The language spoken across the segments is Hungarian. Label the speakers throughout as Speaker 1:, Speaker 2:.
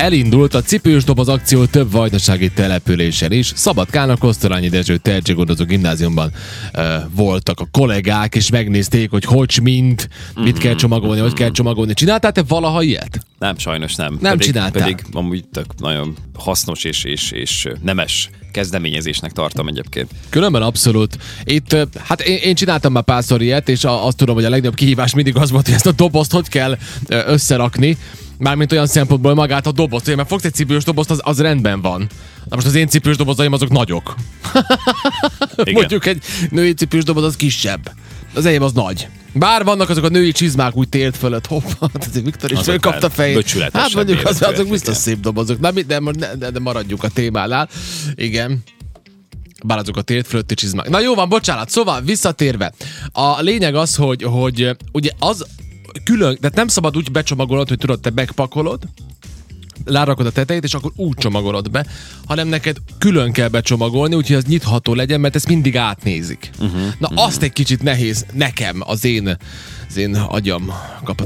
Speaker 1: elindult a cipős doboz akció több vajdasági településen is. Szabadkán a Kosztolányi Dezső tehetséggondozó gimnáziumban ö, voltak a kollégák, és megnézték, hogy hogy mint, mit kell csomagolni, hogy kell csomagolni. Csináltál te valaha ilyet?
Speaker 2: Nem, sajnos nem.
Speaker 1: Nem
Speaker 2: pedig,
Speaker 1: csináltál.
Speaker 2: Pedig amúgy tök nagyon hasznos és, és, és nemes kezdeményezésnek tartom egyébként.
Speaker 1: Különben abszolút. Itt, ö, hát én, én csináltam már párszor ilyet, és a, azt tudom, hogy a legnagyobb kihívás mindig az volt, hogy ezt a dobozt hogy kell ö, összerakni. Mármint olyan szempontból hogy magát a dobozt, ugye, mert fogsz egy cipős dobozt, az, az rendben van. Na most az én cipős dobozaim azok nagyok.
Speaker 2: Igen.
Speaker 1: Mondjuk egy női cipős doboz az kisebb. Az enyém az nagy. Bár vannak azok a női csizmák úgy tért fölött, hoppá, tehát Viktor is
Speaker 2: Azok
Speaker 1: fölkapta
Speaker 2: már
Speaker 1: fejét.
Speaker 2: becsületesebb
Speaker 1: Hát mondjuk az, azok
Speaker 2: méretűek,
Speaker 1: biztos
Speaker 2: igen.
Speaker 1: szép dobozok. Na, mi- de, de, de, maradjuk a témánál. Igen. Bár azok a tért fölötti csizmák. Na jó van, bocsánat, szóval visszatérve. A lényeg az, hogy, hogy eh, ugye az külön, de nem szabad úgy becsomagolod, hogy tudod, te megpakolod, lárakod a tetejét, és akkor úgy csomagolod be, hanem neked külön kell becsomagolni, úgyhogy az nyitható legyen, mert ezt mindig átnézik. Uh-huh, Na, uh-huh. azt egy kicsit nehéz nekem, az én, az én agyam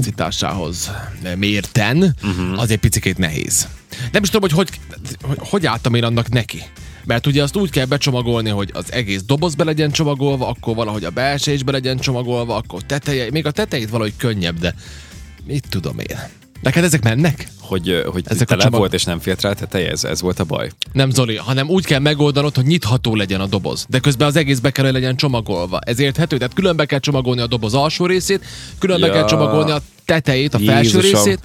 Speaker 1: kapacitásához mérten, uh-huh. az egy picit nehéz. Nem is tudom, hogy hogy, hogy hogy álltam én annak neki. Mert ugye azt úgy kell becsomagolni, hogy az egész doboz be legyen csomagolva, akkor valahogy a belső is be legyen csomagolva, akkor teteje, még a tetejét valahogy könnyebb, de mit tudom én. Neked ezek mennek?
Speaker 2: Hogy, ö, hogy
Speaker 1: Ezek a
Speaker 2: Ezek tele
Speaker 1: csomag-
Speaker 2: volt és nem filtrált teteje, ez, ez volt a baj.
Speaker 1: Nem Zoli, hanem úgy kell megoldanod, hogy nyitható legyen a doboz. De közben az egész be kell, hogy legyen csomagolva. Ez érthető? Tehát külön be kell csomagolni a doboz alsó részét, külön be
Speaker 2: Ja.
Speaker 1: kell csomagolni a tetejét, a felső
Speaker 2: Jézusom.
Speaker 1: részét.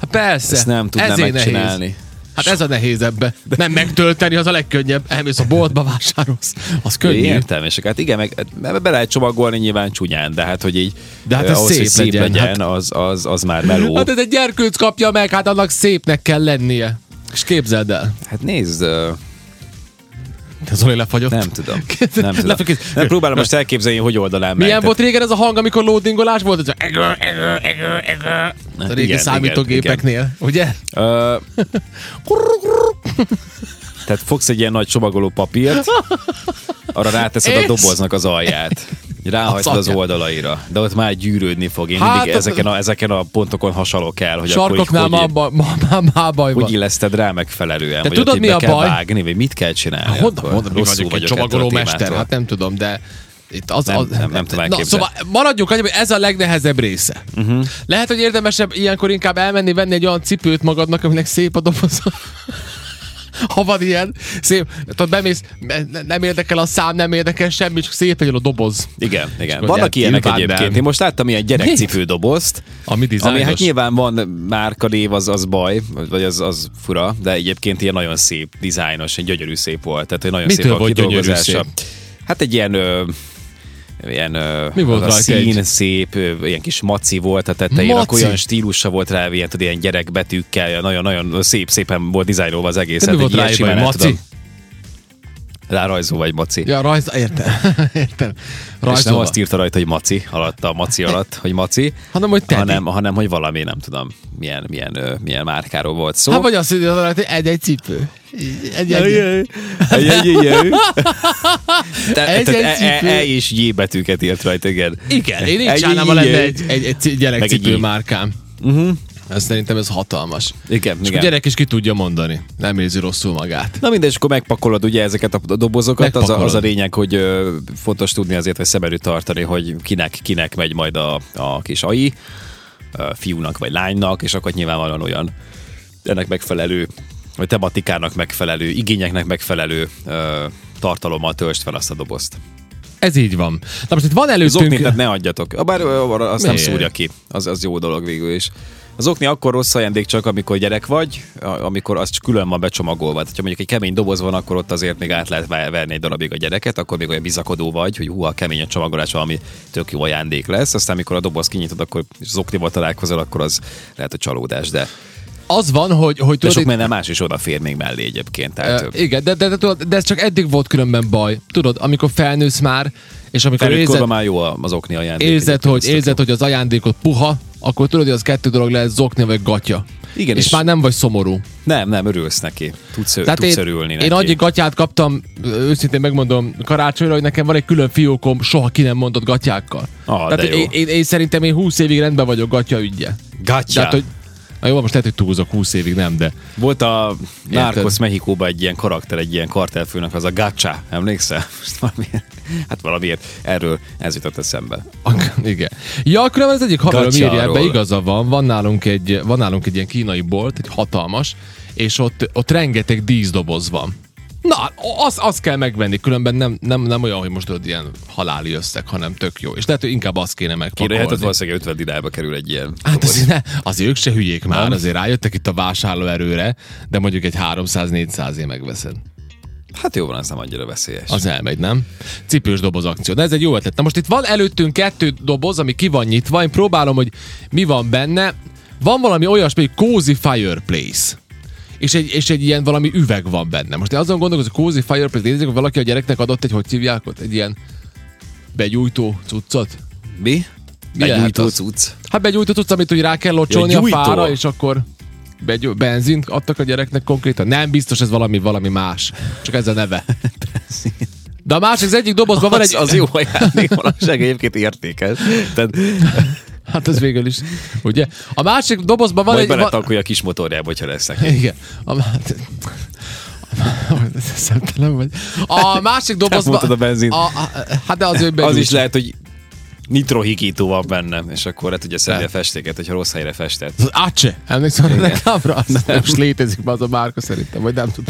Speaker 1: Hát persze.
Speaker 2: Ezt nem tudnám
Speaker 1: ezért
Speaker 2: megcsinálni.
Speaker 1: Nehéz. Hát ez a nehéz ebbe. Nem megtölteni, az a legkönnyebb. Elmész a boltba, vásárolsz. Az könnyű.
Speaker 2: Értelmesek. Hát igen, meg be- be lehet csomagolni nyilván csúnyán, de hát hogy így
Speaker 1: De hát
Speaker 2: ö,
Speaker 1: ez
Speaker 2: ahhoz,
Speaker 1: szép
Speaker 2: hogy szép
Speaker 1: legyen,
Speaker 2: legyen,
Speaker 1: hát.
Speaker 2: az, az, az már meló.
Speaker 1: Hát ez egy gyerkőc kapja meg, hát annak szépnek kell lennie. És képzeld el.
Speaker 2: Hát nézd, ö,
Speaker 1: De Zoli lefagyott.
Speaker 2: nem tudom. Nem, tudom.
Speaker 1: Lefekít.
Speaker 2: nem próbálom most elképzelni, hogy oldalán meg.
Speaker 1: Milyen
Speaker 2: Tehát-
Speaker 1: volt régen ez a hang, amikor loadingolás volt? Ez a egő, egő, egő, egő. A régi
Speaker 2: Hát igen,
Speaker 1: számítógépeknél, ugye?
Speaker 2: Ö, Tehát fogsz egy ilyen nagy csomagoló papírt, arra ráteszed
Speaker 1: És?
Speaker 2: a doboznak az alját. így Ráhajtod
Speaker 1: Az
Speaker 2: az
Speaker 1: alját.
Speaker 2: oldalaira, de ott már gyűrődni fog. Én
Speaker 1: Hát,
Speaker 2: mindig
Speaker 1: az-
Speaker 2: ezeken a, ezeken a pontokon hasalok el, hogy
Speaker 1: Sarkoknál
Speaker 2: akkor így,
Speaker 1: ma,
Speaker 2: hogy,
Speaker 1: ma, ma, ma, ma baj
Speaker 2: hogy
Speaker 1: van.
Speaker 2: illeszted rá megfelelően, de vagy
Speaker 1: tudod,
Speaker 2: ott
Speaker 1: mi
Speaker 2: így be
Speaker 1: a
Speaker 2: kell
Speaker 1: baj?
Speaker 2: vágni, vagy mit kell csinálni.
Speaker 1: Honnan,
Speaker 2: akkor?
Speaker 1: honnan mi
Speaker 2: Rosszul
Speaker 1: vagyok egy
Speaker 2: vagyok ettől a
Speaker 1: csomagolómester?
Speaker 2: témától.
Speaker 1: Hát nem tudom, de itt az,
Speaker 2: Nem,
Speaker 1: az,
Speaker 2: nem, nem tudom
Speaker 1: Na,
Speaker 2: elképzelni. Mhm.
Speaker 1: szóval maradjunk annyi, hogy ez a legnehezebb része. Uh-huh. Lehet, hogy érdemesebb ilyenkor inkább elmenni, venni egy olyan cipőt magadnak, aminek szép a doboza. Ha van ilyen, szép, tudod, bemész, ne- nem érdekel a szám, nem érdekel semmi, csak szép legyen a doboz.
Speaker 2: Igen, igen.
Speaker 1: akkor
Speaker 2: Vannak
Speaker 1: ugye
Speaker 2: ilyenek
Speaker 1: Tilván, de-
Speaker 2: egyébként. Én most láttam ilyen gyerekcipődobozt,
Speaker 1: Ami dizájnos.
Speaker 2: ami hát nyilván van márkanév, az, az baj, vagy az, az fura, de egyébként ilyen nagyon szép, dizájnos, egy gyönyörű szép volt. Tehát, hogy nagyon
Speaker 1: Mitől
Speaker 2: szép a
Speaker 1: volt gyönyörű
Speaker 2: kidolgozása. Hát egy ilyen... Ö, ilyen ö,
Speaker 1: Mi volt
Speaker 2: az a
Speaker 1: rajta
Speaker 2: szín
Speaker 1: egy?
Speaker 2: szép, ö, ilyen kis maci volt a tetején,
Speaker 1: Maci?
Speaker 2: akkor olyan stílusa volt rá, ilyen, tudod, ilyen gyerekbetűkkel, ilyen nagyon-nagyon szép, szépen volt dizájnolva az egész.
Speaker 1: De mi volt
Speaker 2: ilyen
Speaker 1: ráírva,
Speaker 2: simán
Speaker 1: hogy
Speaker 2: el
Speaker 1: Maci?
Speaker 2: tudom- Rárajzolva egy maci.
Speaker 1: Ja, rajz, értem, értem.
Speaker 2: És nem
Speaker 1: Rajzolva.
Speaker 2: azt írta rajta, hogy maci, alatta a maci alatt, hogy maci,
Speaker 1: Hanem, hogy Teddy.
Speaker 2: hanem, hanem hogy valami, nem tudom, milyen, milyen, ö, milyen márkáról volt szó.
Speaker 1: Hát vagy azt írja rajta, hogy egy-egy cipő. Egy, egy,
Speaker 2: Egy-egy-egy-egy. Te-
Speaker 1: Egy-egy
Speaker 2: tehát E
Speaker 1: cipő.
Speaker 2: E- E és J betűket írt rajta, igen.
Speaker 1: Igen, én így
Speaker 2: Egy-
Speaker 1: csinálnám, ha lenne
Speaker 2: egy-
Speaker 1: egy, egy, egy ci-
Speaker 2: Meg egy
Speaker 1: gyerekcipő
Speaker 2: így.
Speaker 1: márkám. Uh-huh. Ez szerintem ez hatalmas.
Speaker 2: Igen,
Speaker 1: És a
Speaker 2: igen.
Speaker 1: gyerek is ki tudja mondani. Nem érzi rosszul magát.
Speaker 2: Na mindegy, és akkor megpakolod ugye ezeket a dobozokat, az a,
Speaker 1: Megpakolod.
Speaker 2: az a lényeg, hogy ö, fontos tudni azért, hogy szem előtt tartani, hogy kinek, kinek megy majd a, a kis AI, ö, fiúnak vagy lánynak, és akkor nyilvánvalóan olyan ennek megfelelő, vagy tematikának megfelelő, igényeknek megfelelő ö, tartalommal töltsd fel azt a dobozt.
Speaker 1: Ez így van. Na most itt van
Speaker 2: Az oknit
Speaker 1: előttünk...
Speaker 2: tehát ne adjatok. Ah, Bár ö, arra azt nem
Speaker 1: Miért?
Speaker 2: szúrja ki. Az, az jó dolog végül is. Az okni akkor rossz ajándék csak, amikor gyerek vagy, a- amikor az csak külön van becsomagolva. Tehát, ha mondjuk egy kemény doboz van, akkor ott azért még át lehet ve- verni egy darabig a gyereket, akkor még olyan bizakodó vagy, hogy hú, a kemény a csomagolás valami tök jó ajándék lesz. Aztán, amikor a doboz kinyitod, akkor és az oknival találkozol, akkor az lehet a csalódás, de,
Speaker 1: Az van, hogy, hogy
Speaker 2: de
Speaker 1: tudod,
Speaker 2: sok
Speaker 1: itt-
Speaker 2: minden más is odafér még mellé egyébként. Tehát,
Speaker 1: Ö, igen, de, de, de, tudod, de ez csak eddig volt különben baj. Tudod, amikor felnősz már, és amikor
Speaker 2: felnőtt
Speaker 1: érzed,
Speaker 2: korban már jó az okni ajándék.
Speaker 1: érzed,
Speaker 2: egyébként,
Speaker 1: hogy,
Speaker 2: ez tök jó.
Speaker 1: érzed hogy az ajándékot puha, akkor tudod, hogy az kettő dolog lehet zokni vagy gatya.
Speaker 2: Igen,
Speaker 1: és, és
Speaker 2: és-
Speaker 1: már nem vagy szomorú.
Speaker 2: Nem, nem, örülsz neki. Tudsz,
Speaker 1: Tehát
Speaker 2: tudsz
Speaker 1: én,
Speaker 2: örülni neki.
Speaker 1: én annyi gatyát kaptam, őszintén megmondom, karácsonyra, hogy nekem van egy külön fiókom, soha ki nem mondott gatyákkal.
Speaker 2: Ah, de
Speaker 1: Tehát
Speaker 2: jó.
Speaker 1: én, én, én, szerintem én 20 évig rendben vagyok gatya ügye.
Speaker 2: Gatya.
Speaker 1: Tehát, hogy Na jó, most lehet, hogy túlzok 20 évig, nem, de...
Speaker 2: Volt a
Speaker 1: Érted?
Speaker 2: Narcos Mexikóban egy ilyen karakter, egy ilyen kartelfőnök, az a Gacha, emlékszel? Most valamiért, hát valamiért erről ez jutott eszembe.
Speaker 1: Igen. Ja, különben az egyik haverom
Speaker 2: Gacsáról.
Speaker 1: írja, ebbe igaza van, van nálunk, egy, van nálunk egy ilyen kínai bolt, egy hatalmas, és ott, ott rengeteg díszdoboz van. Na, azt az kell megvenni, különben nem, nem, nem olyan, hogy most ott ilyen haláli összeg, hanem tök jó. És lehet, hogy inkább azt kéne
Speaker 2: Kire hát
Speaker 1: megpakolni.
Speaker 2: valószínűleg 50 dinába kerül egy ilyen.
Speaker 1: Hát
Speaker 2: doboz.
Speaker 1: azért, ne, azért ők se hülyék már, azért rájöttek itt a vásárlóerőre, de mondjuk egy 300-400-ért megveszed.
Speaker 2: hát jó van, az nem annyira veszélyes.
Speaker 1: Az elmegy, nem? Cipős doboz akció. De ez egy jó ötlet. Na most itt van előttünk kettő doboz, ami ki van nyitva. Én próbálom, hogy mi van benne. Van valami olyasmi, hogy cozy fireplace. És egy, és egy ilyen valami üveg van benne. Most én azon gondolkozom, hogy cozy fireplace, nézzük, hogy valaki a gyereknek adott egy, hogy hívják ott, egy ilyen begyújtó cuccot.
Speaker 2: Mi?
Speaker 1: Mi
Speaker 2: egy
Speaker 1: lehet
Speaker 2: újtó
Speaker 1: az?
Speaker 2: cucc.
Speaker 1: Hát begyújtó cucc, amit úgy rá kell locsolni
Speaker 2: Ja,
Speaker 1: a
Speaker 2: gyújtó.
Speaker 1: fára, és akkor begyú, benzint adtak a gyereknek konkrétan. Nem biztos, ez valami, valami más. Csak ez a neve. De a másik, az egyik dobozban van
Speaker 2: Az,
Speaker 1: egy...
Speaker 2: az jó ajándék, valóság egyébként értékes. Tehát,
Speaker 1: Hát ez végül is, ugye? A másik dobozban van
Speaker 2: vagy
Speaker 1: egy... Van...
Speaker 2: beletakulja a kis motorjába, hogyha lesz neki.
Speaker 1: Igen. A... má- Szemtelen vagy. A másik dobozban...
Speaker 2: mondtad a benzint.
Speaker 1: A, a, hát de az ő
Speaker 2: Az is
Speaker 1: begyújt.
Speaker 2: lehet, hogy nitrohigító van benne, és akkor le tudja szedni a
Speaker 1: Lehet.
Speaker 2: festéket, hogyha rossz helyre festett.
Speaker 1: Az Ace. Emlékszel a reklámra? Az nem. Most létezik már az a márka szerintem, vagy nem tudom.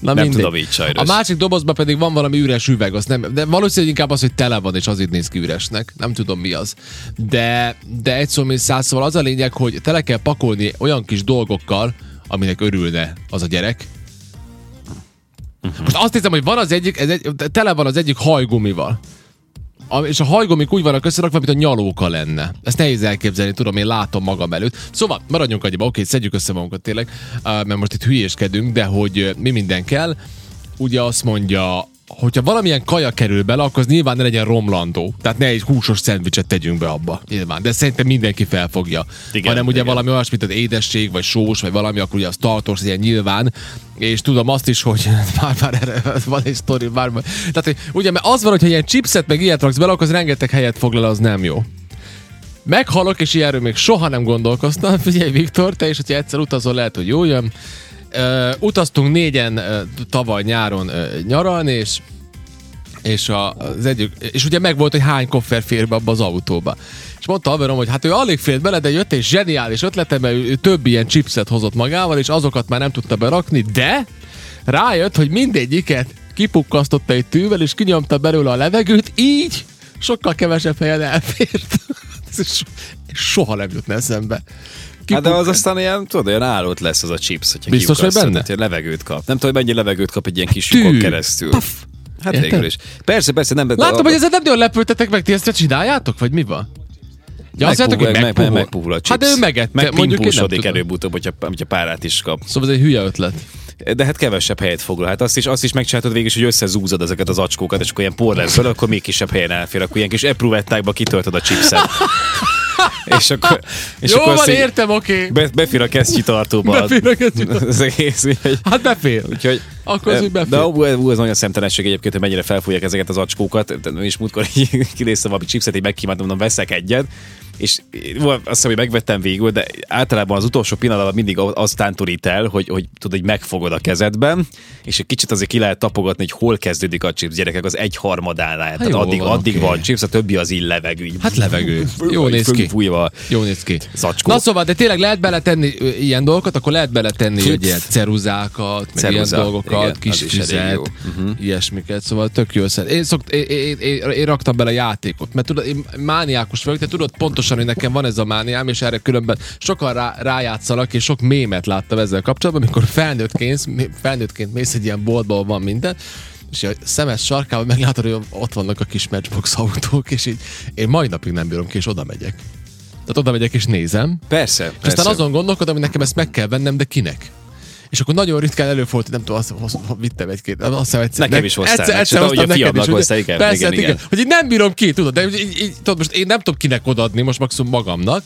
Speaker 1: Na,
Speaker 2: Nem
Speaker 1: mindegy.
Speaker 2: tudom így sajnos.
Speaker 1: A másik dobozban pedig van valami üres üveg, az nem, de valószínűleg inkább az, hogy tele van, és az itt néz ki üresnek. Nem tudom mi az. De, de egy szó, mint száz szóval az a lényeg, hogy tele kell pakolni olyan kis dolgokkal, aminek örülne az a gyerek.
Speaker 2: Mhm.
Speaker 1: Most azt hiszem, hogy van az egyik, ez egy, tele van az egyik hajgumival. A- és a hajgomik úgy vannak összerakva, mint a nyalóka lenne. Ezt nehéz elképzelni, tudom, én látom magam előtt. Szóval, maradjunk annyiba, oké, szedjük össze magunkat tényleg, uh, mert most itt hülyéskedünk, de hogy uh, mi minden kell. Ugye azt mondja, hogyha valamilyen kaja kerül bele, akkor az nyilván ne legyen romlandó. Tehát ne egy húsos szendvicset tegyünk be abba. Nyilván. De szerintem mindenki felfogja.
Speaker 2: Igen,
Speaker 1: Igen, hanem ugye
Speaker 2: igen.
Speaker 1: valami olyasmi, mint az édesség, vagy sós, vagy valami, akkor ugye az tartós, ilyen nyilván. És tudom azt is, hogy már, már erre van egy sztori, már, már. Tehát, hogy ugye, mert az van, hogyha ilyen chipset, meg ilyet raksz bele, akkor az rengeteg helyet foglal, az nem jó. Meghalok, és ilyenről még soha nem gondolkoztam. Figyelj, Viktor, te is, hogyha egyszer utazol, lehet, hogy jó jön. Ö, utaztunk négyen ö, tavaly nyáron ö, nyaralni, és és a, az egyik, és ugye megvolt, hogy hány koffer fér be abba az autóba. És mondta haverom, hogy hát ő alig fért bele, de jött és zseniális ötlete, mert ő ő több ilyen chipset hozott magával, és azokat már nem tudta berakni, de rájött, hogy mindegyiket kipukkasztotta egy tűvel, és kinyomta belőle a levegőt, így sokkal kevesebb helyen elfért. Ez so- soha nem jutna eszembe.
Speaker 2: Hát de az
Speaker 1: Kipukk-
Speaker 2: aztán ilyen, tudod, olyan állott lesz az a chips, hogyha
Speaker 1: Biztos vagy
Speaker 2: kiukasztod,
Speaker 1: benne? Hát
Speaker 2: tehát ilyen levegőt kap. Nem tudom, hogy mennyi levegőt kap egy ilyen kis
Speaker 1: Tű.
Speaker 2: lyukon keresztül.
Speaker 1: Paf.
Speaker 2: Hát
Speaker 1: Érted?
Speaker 2: végül is. Persze, persze, nem
Speaker 1: Látom, hogy ezzel nem nagyon lepültetek meg, ti ezt se csináljátok, vagy mi van? Ja, azt mondjátok, hogy
Speaker 2: megpuhul, meg, meg,
Speaker 1: megpuhul.
Speaker 2: megpuhul a chips.
Speaker 1: Hát de ő megette,
Speaker 2: meg
Speaker 1: mondjuk én nem
Speaker 2: pimpusodik
Speaker 1: tudom.
Speaker 2: előbb-utóbb, hogyha, hogyha párát is kap.
Speaker 1: Szóval ez egy hülye ötlet.
Speaker 2: De hát kevesebb helyet foglal. Hát azt is, azt is megcsináltad végig, is, hogy összezúzod ezeket az acskókat, és akkor ilyen por lesz belőle, akkor még kisebb helyen elfér, akkor ilyen kis epruvettákba kitöltöd a chipset. és akkor, és
Speaker 1: Jó
Speaker 2: akkor
Speaker 1: van,
Speaker 2: azt így
Speaker 1: értem, oké.
Speaker 2: Be, befér a kesztyűtartóba.
Speaker 1: Befér a kesztyűtartóba.
Speaker 2: Az egész, úgyhogy...
Speaker 1: Hát befér.
Speaker 2: Úgyhogy,
Speaker 1: Akkor az
Speaker 2: eh,
Speaker 1: úgy befér.
Speaker 2: De ú, ú, ez nagyon szemtelenség egyébként, hogy mennyire felfújják ezeket az acskókat. De És múltkor így kinéztem valami chipset, így megkívántam, mondom, veszek egyet. És ú, azt hiszem, hogy megvettem végül, de általában az utolsó pillanatban mindig az tántorít el, hogy, hogy tudod, hogy megfogod a kezedben, és egy kicsit azért ki lehet tapogatni, hogy hol kezdődik a chips gyerekek, az egy harmadánál. Hát
Speaker 1: jó
Speaker 2: Tehát addig,
Speaker 1: van,
Speaker 2: van, addig
Speaker 1: oké.
Speaker 2: van chips, a többi az így levegő. így
Speaker 1: Hát levegő.
Speaker 2: vagy
Speaker 1: Jó néz ki.
Speaker 2: fölfújva.
Speaker 1: Jó néz ki.
Speaker 2: Zacskó.
Speaker 1: Na szóval, de tényleg lehet beletenni ö, ilyen dolgokat, akkor lehet beletenni
Speaker 2: Pff.
Speaker 1: hogy ilyen ceruzákat, meg
Speaker 2: Ceruza.
Speaker 1: ilyen dolgokat,
Speaker 2: Igen,
Speaker 1: kis
Speaker 2: az is elég
Speaker 1: füzet,
Speaker 2: jó.
Speaker 1: uh-huh. ilyesmiket, szóval tök jó össze. Én, szokt, én, én, én, én, raktam bele játékot, mert tudod, én mániákus vagyok, te tudod pontosan, hogy nekem van ez a mániám, és erre különben sokan rá, rájátszanak, és sok mémet láttam ezzel kapcsolatban, amikor felnőttként, felnőttként mész egy ilyen boltba, ahol van minden, és a szemes sarkában meglátod, hogy ott vannak a kis matchbox autók, és így én mai napig nem bírom ki, és oda megyek. Tehát oda megyek és nézem,
Speaker 2: Persze,
Speaker 1: és
Speaker 2: persze.
Speaker 1: aztán azon gondolkodom, hogy nekem ezt meg kell vennem, de kinek? És akkor nagyon ritkán előfordult, hogy nem tudom, azt hoz, vittem egy-két, azt hiszem egyszer.
Speaker 2: Nekem
Speaker 1: ne-
Speaker 2: is hoztál,
Speaker 1: egyszer,
Speaker 2: nem?
Speaker 1: egyszer
Speaker 2: Csak ahogy
Speaker 1: hoztam
Speaker 2: a
Speaker 1: neked is,
Speaker 2: fiamnak
Speaker 1: ugye?
Speaker 2: hoztál, igen,
Speaker 1: Persze,
Speaker 2: igen,
Speaker 1: hát
Speaker 2: igen.
Speaker 1: Hogy így nem bírom ki, tudod, de így, így, így, tudod, most én nem tudom kinek odaadni, most maximum magamnak.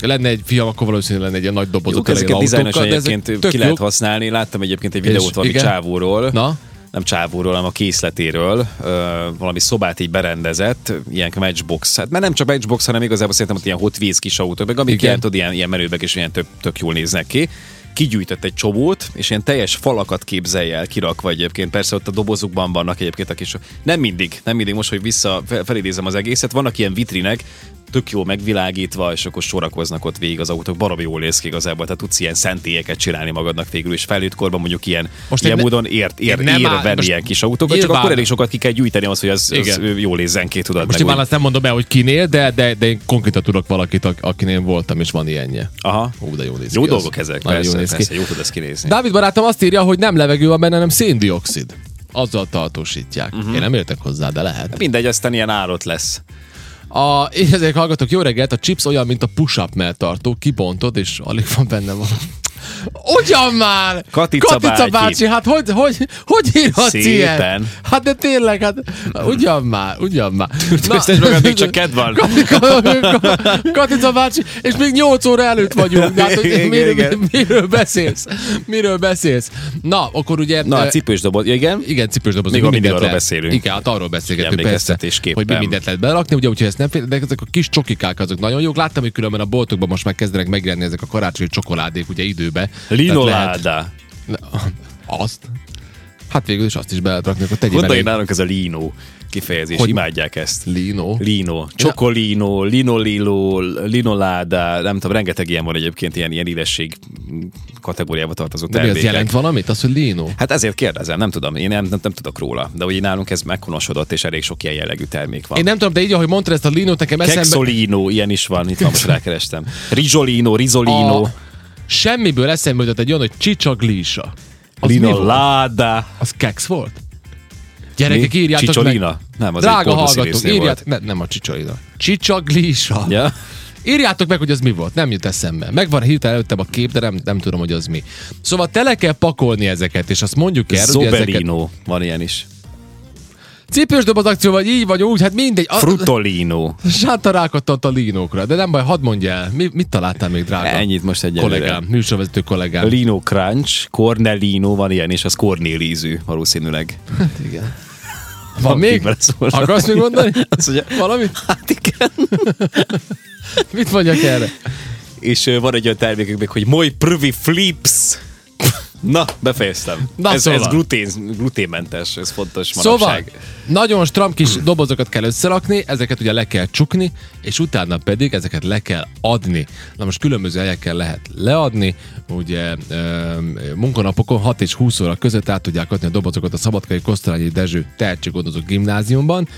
Speaker 1: Lenne egy fiam, akkor valószínűleg lenne egy ilyen nagy dobozot.
Speaker 2: Jók, ezeket dizájnos egyébként ki
Speaker 1: tök
Speaker 2: lehet
Speaker 1: jók.
Speaker 2: használni. Láttam egyébként egy videót
Speaker 1: És
Speaker 2: valami
Speaker 1: igen?
Speaker 2: csávóról,
Speaker 1: Na?
Speaker 2: nem csávóról, hanem a készletéről ö, valami szobát így berendezett, ilyen matchbox, hát mert nem csak matchbox, hanem igazából szerintem ott ilyen hot víz kis autók, meg amik
Speaker 1: Igen.
Speaker 2: ilyen, tudod, ilyen, ilyen merőbek és ilyen tök, tök jól néznek ki kigyűjtött egy csomót, és ilyen teljes falakat képzelj el, kirakva egyébként. Persze ott a dobozukban vannak egyébként a kis... Nem mindig, nem mindig, most, hogy vissza fe- felidézem az egészet, vannak ilyen vitrinek, tök jó megvilágítva, és akkor sorakoznak ott végig az autók. Baromi jól néz ki igazából, tehát tudsz ilyen szentélyeket csinálni magadnak végül, és felnőtt korban mondjuk ilyen,
Speaker 1: Most
Speaker 2: most ilyen
Speaker 1: én ne-
Speaker 2: módon ért, ér,
Speaker 1: én
Speaker 2: nem
Speaker 1: nem
Speaker 2: ér
Speaker 1: áll-
Speaker 2: venni
Speaker 1: most
Speaker 2: ilyen kis autókat, csak
Speaker 1: nyilván-
Speaker 2: akkor elég sokat ki kell gyűjteni az, hogy az, az
Speaker 1: Igen.
Speaker 2: jól nézzen ki, tudod.
Speaker 1: Most
Speaker 2: meg
Speaker 1: nyilván
Speaker 2: úgy.
Speaker 1: azt nem mondom be, hogy kinél, de, de, de én konkrétan tudok valakit, ak- akinél voltam, és van ilyenje.
Speaker 2: Aha.
Speaker 1: Ó, de jó néz
Speaker 2: Jó
Speaker 1: ki az.
Speaker 2: dolgok ezek,
Speaker 1: Nagyon jó
Speaker 2: persze,
Speaker 1: néz ki.
Speaker 2: persze, jó tud ezt kinézni.
Speaker 1: Dávid barátom azt írja, hogy nem levegő van benne, hanem széndiokszid. Azzal tartósítják. Uh-huh. Én nem értek hozzá, de lehet.
Speaker 2: Mindegy, aztán ilyen állott lesz.
Speaker 1: A, így ezek hallgatok, jó reggelt, a chips olyan, mint a push-up melltartó, kibontod, és alig van benne valami. Ugyan már!
Speaker 2: Katica bácsi.
Speaker 1: bácsi, hát hogy, hogy, hogy írhatsz
Speaker 2: Szépen.
Speaker 1: ilyen? Hát de tényleg, hát ugyan már, ugyan már.
Speaker 2: Biztos magad, még csak kedv van.
Speaker 1: Katica bácsi, és még 8 óra előtt vagyunk. De hát, hogy
Speaker 2: Igen,
Speaker 1: miről,
Speaker 2: igen.
Speaker 1: miről beszélsz? Miről beszélsz? Na, akkor ugye...
Speaker 2: Na, hát a
Speaker 1: eh,
Speaker 2: cipős doboz, ja, igen.
Speaker 1: igen, cipős doboz.
Speaker 2: Még
Speaker 1: mi
Speaker 2: amíg
Speaker 1: mindent
Speaker 2: arról
Speaker 1: lehet.
Speaker 2: beszélünk.
Speaker 1: Igen, hát arról beszélgetünk persze,
Speaker 2: Emlékeztetésképpen.
Speaker 1: hogy mi mindent lehet belerakni, ugye, úgyhogy ezt nem fél, de ezek a kis csokikák azok nagyon jók. Láttam, hogy különben a boltokban most már kezdenek megjelenni ezek a karácsonyi csokoládék, ugye időbe. Tehát lehet-
Speaker 2: Linoláda.
Speaker 1: Azt? Hát végül is azt is belerakni, akkor tegyél
Speaker 2: Gondolj
Speaker 1: elég.
Speaker 2: nálunk ez a lino kifejezés, hogy
Speaker 1: Hogy-
Speaker 2: imádják ezt.
Speaker 1: Lino.
Speaker 2: Lino, csokolino, linolilo, linoláda, nem tudom, rengeteg ilyen van egyébként, ilyen, ilyen élesség kategóriába tartozó
Speaker 1: De mi az
Speaker 2: termékek.
Speaker 1: jelent valamit? Az, hogy Lino?
Speaker 2: Hát ezért kérdezem, nem tudom, én nem, nem, nem tudok róla, de ugye nálunk ez meghonosodott, és elég sok ilyen jellegű termék van.
Speaker 1: Én nem tudom, de így, ahogy mondtad ezt a Lino, nekem eszembe...
Speaker 2: Kexolino, ilyen is van, itt van, most rákerestem. Rizsolino, rizolino,
Speaker 1: A... Semmiből eszembe jutott egy olyan, hogy csicsaglísa. Az mi volt?
Speaker 2: linoláda.
Speaker 1: Az kex volt? Gyerekek,
Speaker 2: Mi?
Speaker 1: írjátok
Speaker 2: Csicsolina?
Speaker 1: meg.
Speaker 2: Nem, az egy
Speaker 1: Drága
Speaker 2: pornoszínésznél
Speaker 1: hallgatók,
Speaker 2: volt.
Speaker 1: írját, ne, nem a csicsolina. Csicsaglisa.
Speaker 2: Ja?
Speaker 1: Írjátok meg, hogy az mi volt, nem jut eszembe. Megvan hirtelen előttem a kép, de nem, nem tudom, hogy az mi. Szóval tele kell pakolni ezeket, és azt mondjuk el, hogy ezeket...
Speaker 2: Zoberino, van ilyen is.
Speaker 1: Cipős doboz akció, vagy így, vagy úgy, hát mindegy. A-
Speaker 2: Frutolino.
Speaker 1: Sáta rákattant a línókra, de nem baj, hadd mondja el. Mi, mit találtál még, drága?
Speaker 2: Ennyit most egyelőre.
Speaker 1: Kollégám, műsorvezető kollégám.
Speaker 2: Lino Crunch, Cornelino van ilyen, és az Cornél ízű valószínűleg.
Speaker 1: Igen. Van még?
Speaker 2: beleszólna.
Speaker 1: Akarsz még mondani?
Speaker 2: Azt mondja,
Speaker 1: Valami?
Speaker 2: hát igen.
Speaker 1: Mit mondjak erre?
Speaker 2: És ö, van egy olyan termékük még, hogy Moly Prüvi Flips. Na, befejeztem.
Speaker 1: Na,
Speaker 2: ez,
Speaker 1: szóval.
Speaker 2: ez glutén, gluténmentes, ez fontos
Speaker 1: Szóval
Speaker 2: manapság.
Speaker 1: nagyon stram kis dobozokat kell összerakni, ezeket ugye le kell csukni, és utána pedig ezeket le kell adni. Na most különböző helyeken lehet leadni, ugye ö, munkanapokon 6 és 20 óra között át tudják adni a dobozokat a Szabadkai Kosztolányi Dezső Tehetséggondozó Gimnáziumban,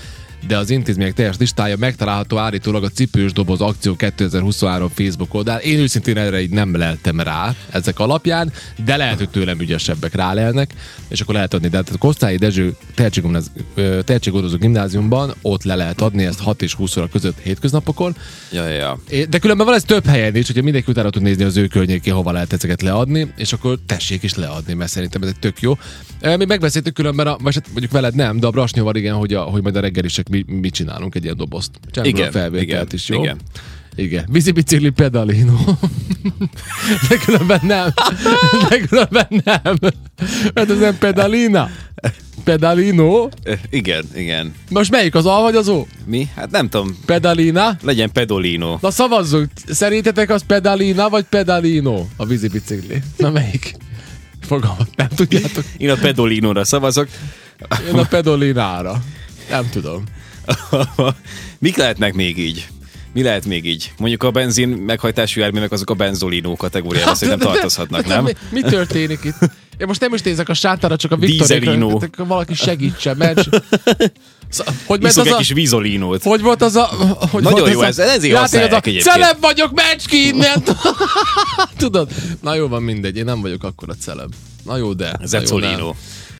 Speaker 1: de az intézmények teljes listája megtalálható állítólag a Cipős Doboz Akció 2023 Facebook oldalán. Én őszintén erre így nem leltem rá ezek alapján, de lehet, hogy tőlem ügyesebbek rálelnek, és akkor lehet adni. De hát a Kosztályi Dezső tehetséggondoz- ö, tehetséggondozó gimnáziumban ott le lehet adni ezt 6 és 20 óra között hétköznapokon.
Speaker 2: Ja, ja, ja.
Speaker 1: É, De különben van ez több helyen is, hogyha mindenki utána tud nézni az ő környékén, hova lehet ezeket leadni, és akkor tessék is leadni, mert szerintem ez egy tök jó. E, Mi megbeszéltük különben, a, vagy hát mondjuk veled nem, de a Brasnyóval igen, hogy, a, hogy majd a reggelisek mi, mi csinálunk egy ilyen dobozt. Csinálunk
Speaker 2: Igen,
Speaker 1: a felvételt
Speaker 2: igen,
Speaker 1: is, jó?
Speaker 2: igen.
Speaker 1: Igen. Bicikli pedalino. De különben nem. De különben nem. Mert ez nem pedalina. Pedalino.
Speaker 2: Ö, Igen, igen.
Speaker 1: Most melyik az A vagy az O?
Speaker 2: Mi? Hát nem tudom,
Speaker 1: Pedalina.
Speaker 2: legyen pedolino.
Speaker 1: Na szavazzunk! Szerintetek az pedalina vagy pedalino? A vízibicikli. Na melyik? Fogalmat nem tudjátok.
Speaker 2: Én a pedolinóra szavazok.
Speaker 1: Én a pedalinára. Nem tudom.
Speaker 2: Mik lehetnek még így? Mi lehet még így? Mondjuk a benzin meghajtású járművek azok a benzolinó kategóriába szerintem tartozhatnak,
Speaker 1: Hát, de- de-
Speaker 2: nem?
Speaker 1: Mi, mi történik itt? Én most nem is nézek a sátára, csak a
Speaker 2: Dízelino.
Speaker 1: Viktorékra. Tehát Valaki segítsen, mert... Szóval, Hogy ment
Speaker 2: Iszok
Speaker 1: az
Speaker 2: egy
Speaker 1: a...
Speaker 2: kis vízolinót.
Speaker 1: Hogy volt az a... Hogy
Speaker 2: Nagyon
Speaker 1: volt
Speaker 2: jó ez, ezért
Speaker 1: játék, az
Speaker 2: használják
Speaker 1: a
Speaker 2: egyébként.
Speaker 1: celeb vagyok, menj ki innen! Tudod? Na jó, van mindegy, én nem vagyok akkor a celeb. Na jó, de... na jó,
Speaker 2: Zecolino.
Speaker 1: nem.